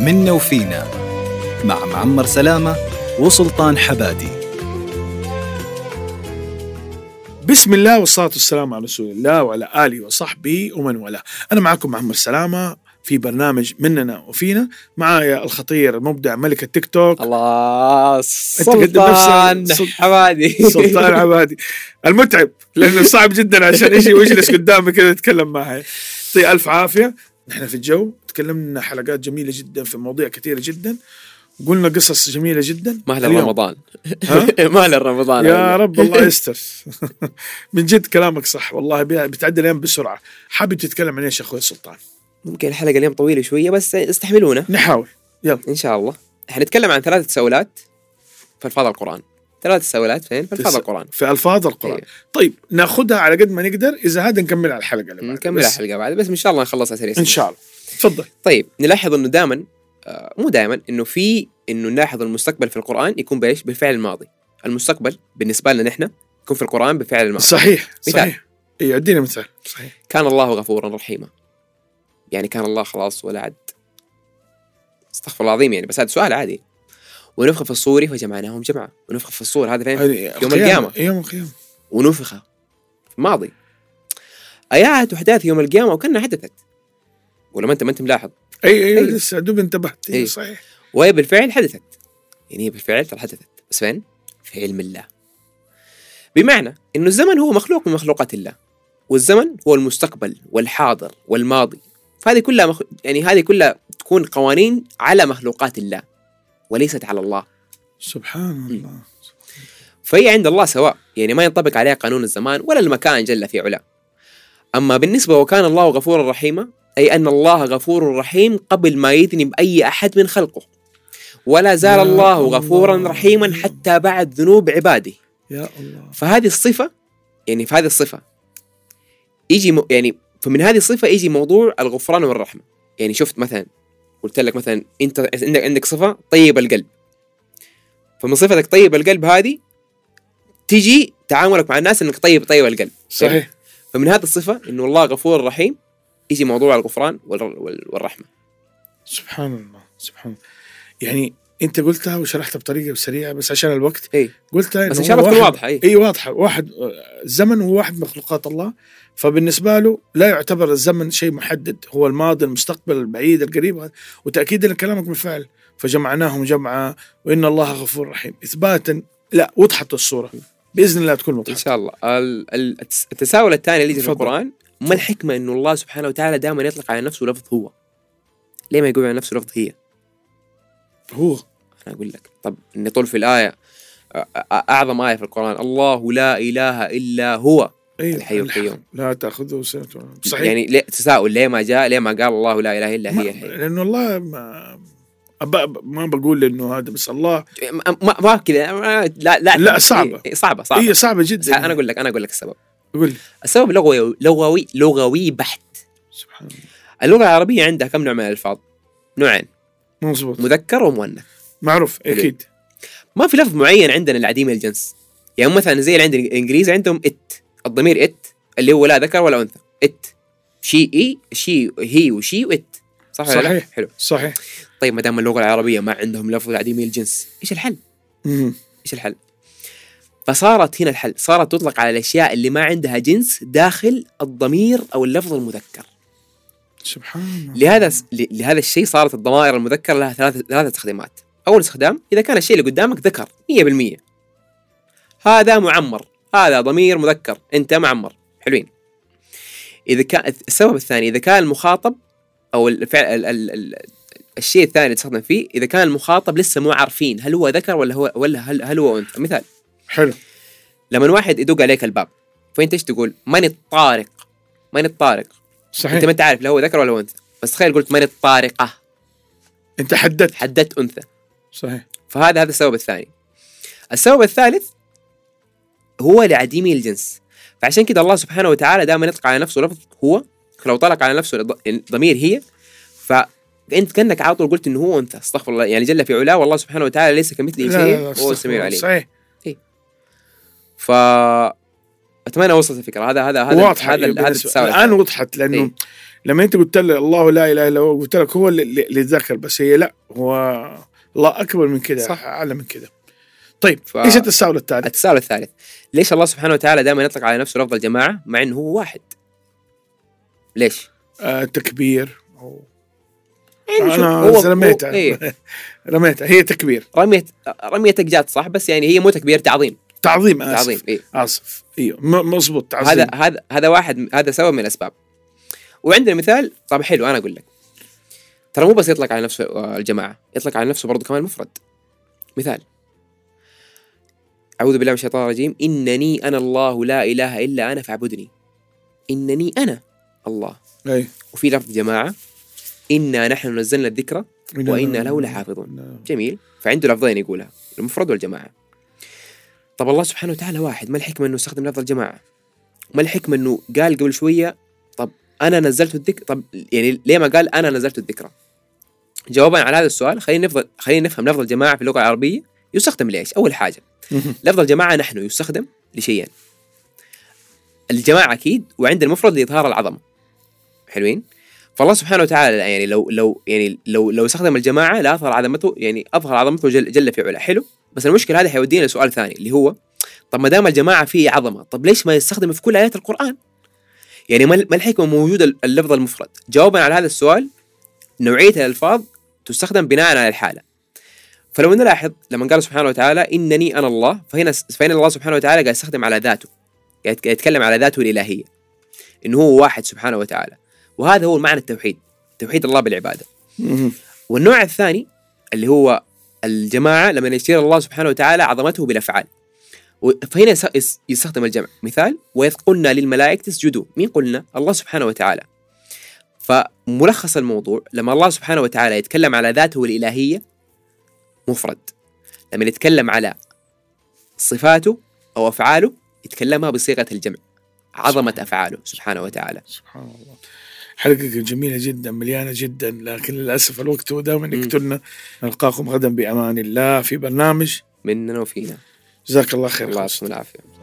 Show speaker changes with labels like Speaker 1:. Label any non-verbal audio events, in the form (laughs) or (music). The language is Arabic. Speaker 1: منا وفينا مع معمر سلامة وسلطان حبادي
Speaker 2: بسم الله والصلاة والسلام على رسول الله وعلى آله وصحبه ومن والاه أنا معكم محمد سلامة في برنامج مننا وفينا معايا الخطير المبدع ملك التيك توك
Speaker 3: الله
Speaker 2: قد
Speaker 3: سلطان
Speaker 2: نفسك- سلط-
Speaker 3: حمادي
Speaker 2: سلطان عبادي المتعب لأنه صعب جدا عشان يجي ويجلس قدامي كذا يتكلم معي يعطيه ألف عافية نحن في الجو تكلمنا حلقات جميلة جدا في مواضيع كثيرة جدا وقلنا قصص جميلة جدا
Speaker 3: مهلا
Speaker 2: اليوم-
Speaker 3: رمضان
Speaker 2: ها؟
Speaker 3: (laughs) مهلا رمضان
Speaker 2: يا رب الله يستر (laughs) من جد كلامك صح والله بي- بتعدي الايام بسرعه حابب تتكلم عن ايش يا اخوي سلطان
Speaker 3: ممكن الحلقه اليوم طويله شويه بس استحملونا
Speaker 2: نحاول يلا
Speaker 3: ان شاء الله حنتكلم عن ثلاث تساؤلات في الفاظ القران ثلاث تساؤلات فين في الفاظ
Speaker 2: تس-
Speaker 3: القران
Speaker 2: في الفاظ القران
Speaker 3: إيه.
Speaker 2: طيب ناخذها على قد ما نقدر اذا هذا نكمل على الحلقه اللي بعدها.
Speaker 3: نكمل
Speaker 2: بس
Speaker 3: الحلقه بعد بس ان شاء الله نخلصها سريع
Speaker 2: ان شاء الله تفضل
Speaker 3: طيب نلاحظ انه دائما آه، مو دائما انه في انه نلاحظ المستقبل في القران يكون بايش؟ بالفعل الماضي المستقبل بالنسبه لنا نحن يكون في القران بالفعل الماضي
Speaker 2: صحيح
Speaker 3: مثال.
Speaker 2: صحيح اي ادينا مثال صحيح
Speaker 3: كان الله غفورا رحيما يعني كان الله خلاص ولا عد استغفر الله العظيم يعني بس هذا سؤال عادي ونفخ في الصور فجمعناهم جمعا ونفخ في الصور هذا فين
Speaker 2: هذه
Speaker 3: إيه.
Speaker 2: إيه،
Speaker 3: القيامة.
Speaker 2: يوم القيامه
Speaker 3: ونفخ في الماضي أياعت أحداث يوم القيامة وكأنها حدثت ولا ما أنت ما أنت ملاحظ
Speaker 2: اي اي
Speaker 3: أي.
Speaker 2: إيه، لسه دوب انتبهت اي
Speaker 3: أي.
Speaker 2: صحيح
Speaker 3: وهي بالفعل حدثت يعني هي بالفعل ترى حدثت بس فين؟ في علم الله بمعنى انه الزمن هو مخلوق من مخلوقات الله والزمن هو المستقبل والحاضر والماضي فهذه كلها مخ... يعني هذه كلها تكون قوانين على مخلوقات الله وليست على الله
Speaker 2: سبحان
Speaker 3: إيه.
Speaker 2: الله
Speaker 3: فهي عند الله سواء يعني ما ينطبق عليها قانون الزمان ولا المكان جل في علا أما بالنسبة وكان الله غفورا رحيما أي أن الله غفور رحيم قبل ما يدني بأي أحد من خلقه ولا زال
Speaker 2: يا
Speaker 3: الله
Speaker 2: الله.
Speaker 3: غفورا رحيما حتى بعد ذنوب عباده
Speaker 2: يا الله
Speaker 3: فهذه الصفة يعني في هذه الصفة يجي م... يعني فمن هذه الصفة يجي موضوع الغفران والرحمة يعني شفت مثلا قلت لك مثلا انت عندك عندك صفة طيب القلب فمن صفتك طيب القلب هذه تجي تعاملك مع الناس انك طيب طيب القلب
Speaker 2: صحيح
Speaker 3: فمن هذه الصفة انه الله غفور رحيم يجي موضوع الغفران والر- وال- والرحمة
Speaker 2: سبحان الله سبحان الله يعني انت قلتها وشرحتها بطريقه سريعه بس عشان الوقت
Speaker 3: اي
Speaker 2: قلتها
Speaker 3: إيه، بس
Speaker 2: إنه
Speaker 3: ان شاء الله
Speaker 2: هو
Speaker 3: تكون
Speaker 2: واحد-
Speaker 3: واضحة إيه. اي
Speaker 2: اي واضحه واحد آه، الزمن هو واحد من مخلوقات الله فبالنسبه له لا يعتبر الزمن شيء محدد هو الماضي المستقبل البعيد القريب وتاكيدا لكلامك بالفعل فجمعناهم جمعا وان الله غفور رحيم اثباتا لا وضحت الصوره باذن الله تكون
Speaker 3: ان
Speaker 2: وضحت
Speaker 3: شاء الله ال- ال- التس- التساؤل الثاني اللي يجي في
Speaker 2: تفضل.
Speaker 3: القران ما الحكمه انه الله سبحانه وتعالى دائما يطلق على نفسه لفظ هو ليه ما يقول على نفسه لفظ هي
Speaker 2: هو
Speaker 3: انا اقول لك طب اني طول في الايه أ- أ- اعظم ايه في القران الله لا اله الا هو
Speaker 2: أي
Speaker 3: الحي القيوم.
Speaker 2: الحق. لا تاخذه سنه ولا- صحيح يعني
Speaker 3: يعني ليه تساؤل ليه ما جاء ليه ما قال الله لا اله الا هي يعني الحي
Speaker 2: لانه الله ما أب- ما بقول انه هذا بس الله
Speaker 3: ما, ما, ما كذا ما- لا لا
Speaker 2: لا، صعبة.
Speaker 3: إيه، صعبه صعبه
Speaker 2: هي صعبه
Speaker 3: بس
Speaker 2: جدا
Speaker 3: انا اقول لك انا اقول لك السبب
Speaker 2: قول لي.
Speaker 3: السبب لغوي لغوي لغوي بحت
Speaker 2: سبحان الله
Speaker 3: اللغه العربيه عندها كم نوع من الالفاظ نوعين
Speaker 2: مظبوط
Speaker 3: مذكر ومؤنث
Speaker 2: معروف
Speaker 3: حلو.
Speaker 2: اكيد
Speaker 3: ما في لفظ معين عندنا العديم الجنس يعني مثلا زي اللي عند الانجليز عندهم ات الضمير ات اللي هو لا ذكر ولا انثى ات شي اي شي هي وشي وات صح ولا لا؟
Speaker 2: صحيح.
Speaker 3: حلو
Speaker 2: صحيح
Speaker 3: طيب ما دام اللغه العربيه ما عندهم لفظ العديم الجنس ايش الحل
Speaker 2: مم.
Speaker 3: ايش الحل فصارت هنا الحل صارت تطلق على الاشياء اللي ما عندها جنس داخل الضمير او اللفظ المذكر
Speaker 2: سبحان الله
Speaker 3: لهذا ل- لهذا الشيء صارت الضمائر المذكره لها ثلاث ثلاث استخدامات اول استخدام اذا كان الشيء اللي قدامك ذكر 100% هذا معمر هذا ضمير مذكر انت معمر حلوين اذا كان السبب الثاني اذا كان المخاطب او الفعل ال ال ال الشيء الثاني اللي تستخدم فيه اذا كان المخاطب لسه مو عارفين هل هو ذكر ولا هو ولا هل, هل هو انثى مثال
Speaker 2: حلو
Speaker 3: لما واحد يدق عليك الباب فانت ايش تقول ماني الطارق ماني الطارق
Speaker 2: صحيح
Speaker 3: انت ما انت عارف لا هو ذكر ولا هو انثى بس تخيل قلت ماني الطارقه
Speaker 2: انت حددت
Speaker 3: حددت انثى
Speaker 2: صحيح
Speaker 3: فهذا هذا السبب الثاني السبب الثالث هو لعديم الجنس فعشان كده الله سبحانه وتعالى دائما يطلق على نفسه لفظ هو لو طلق على نفسه الض- ضمير هي فانت كانك على طول قلت انه هو انثى استغفر الله يعني جل في علاه والله سبحانه وتعالى ليس كمثله شيء وهو
Speaker 2: استغفر
Speaker 3: السميع
Speaker 2: الله.
Speaker 3: العليم
Speaker 2: صحيح
Speaker 3: ف اتمنى وصلت الفكره هذا هذا هذا
Speaker 2: واضحه
Speaker 3: هذا هذا
Speaker 2: بالنسبة-
Speaker 3: التساؤل
Speaker 2: الان وضحت لانه
Speaker 3: إيه.
Speaker 2: لما انت قلت له الله لا اله الا هو قلت لك هو اللي- اللي اللي يتذكر بس هي لا هو الله اكبر من كذا
Speaker 3: صح.
Speaker 2: اعلى من كذا طيب
Speaker 3: ف-
Speaker 2: ايش التساؤل الثالث؟
Speaker 3: التساؤل الثالث ليش الله سبحانه وتعالى دائما يطلق على نفسه لفظ الجماعه مع انه هو واحد ليش
Speaker 2: آه تكبير أو-
Speaker 3: يعني شوف،
Speaker 2: أنا رميتها.
Speaker 3: إيه،
Speaker 2: (laughs) رميتها هي تكبير
Speaker 3: رميه رميتك جات صح بس يعني هي مو تكبير تعظيم
Speaker 2: تعظيم اسف
Speaker 3: تعظيم
Speaker 2: تعظيم
Speaker 3: إيه.
Speaker 2: اسف ايوه م- مزبوط تعظيم
Speaker 3: هذا هذا هذا واحد هذا سبب من الاسباب وعندنا مثال طب حلو انا اقول لك ترى مو بس يطلق على نفسه آه، الجماعه يطلق على نفسه برضه كمان مفرد مثال اعوذ بالله من الشيطان الرجيم انني انا الله لا اله الا انا فاعبدني انني انا الله
Speaker 2: أي.
Speaker 3: وفي لفظ جماعه انا نحن نزلنا الذكر وإنا له لحافظون. جميل فعنده لفظين يقولها المفرد والجماعة طب الله سبحانه وتعالى واحد ما الحكمة أنه استخدم لفظ الجماعة ما الحكمة أنه قال قبل شوية طب أنا نزلت الذكر طب يعني ليه ما قال أنا نزلت الذكرى جوابا على هذا السؤال خلينا نفضل خلينا نفهم لفظ الجماعة في اللغة العربية يستخدم لإيش أول حاجة
Speaker 2: مهم.
Speaker 3: لفظ الجماعة نحن يستخدم لشيئين الجماعة أكيد وعند المفرد لإظهار العظمة حلوين فالله سبحانه وتعالى يعني لو لو يعني لو لو استخدم الجماعه لاظهر عظمته يعني اظهر عظمته جل, جل في علا حلو بس المشكله هذا حيودينا لسؤال ثاني اللي هو طب ما دام الجماعه فيه عظمه طب ليش ما يستخدم في كل ايات القران؟ يعني ما ما الحكمه موجوده اللفظ المفرد؟ جوابا على هذا السؤال نوعيه الالفاظ تستخدم بناء على الحاله. فلو نلاحظ لما قال سبحانه وتعالى انني انا الله فهنا فهنا الله سبحانه وتعالى قاعد يستخدم على ذاته قاعد قاعد يتكلم على ذاته الالهيه انه هو واحد سبحانه وتعالى وهذا هو معنى التوحيد توحيد الله بالعبادة
Speaker 2: مهم.
Speaker 3: والنوع الثاني اللي هو الجماعة لما يشير الله سبحانه وتعالى عظمته بالأفعال و- فهنا يس- يس- يستخدم الجمع مثال وإذ قلنا للملائكة اسجدوا مين قلنا؟ الله سبحانه وتعالى فملخص الموضوع لما الله سبحانه وتعالى يتكلم على ذاته الإلهية مفرد لما يتكلم على صفاته أو أفعاله يتكلمها بصيغة الجمع عظمة أفعاله سبحانه وتعالى
Speaker 2: سبحان الله حلقة جميلة جدا مليانة جدا لكن للأسف الوقت هو دائما
Speaker 3: مم.
Speaker 2: يقتلنا نلقاكم غدا بأمان الله في برنامج
Speaker 3: مننا وفينا
Speaker 2: جزاك الله خير
Speaker 3: الله يعطيكم العافية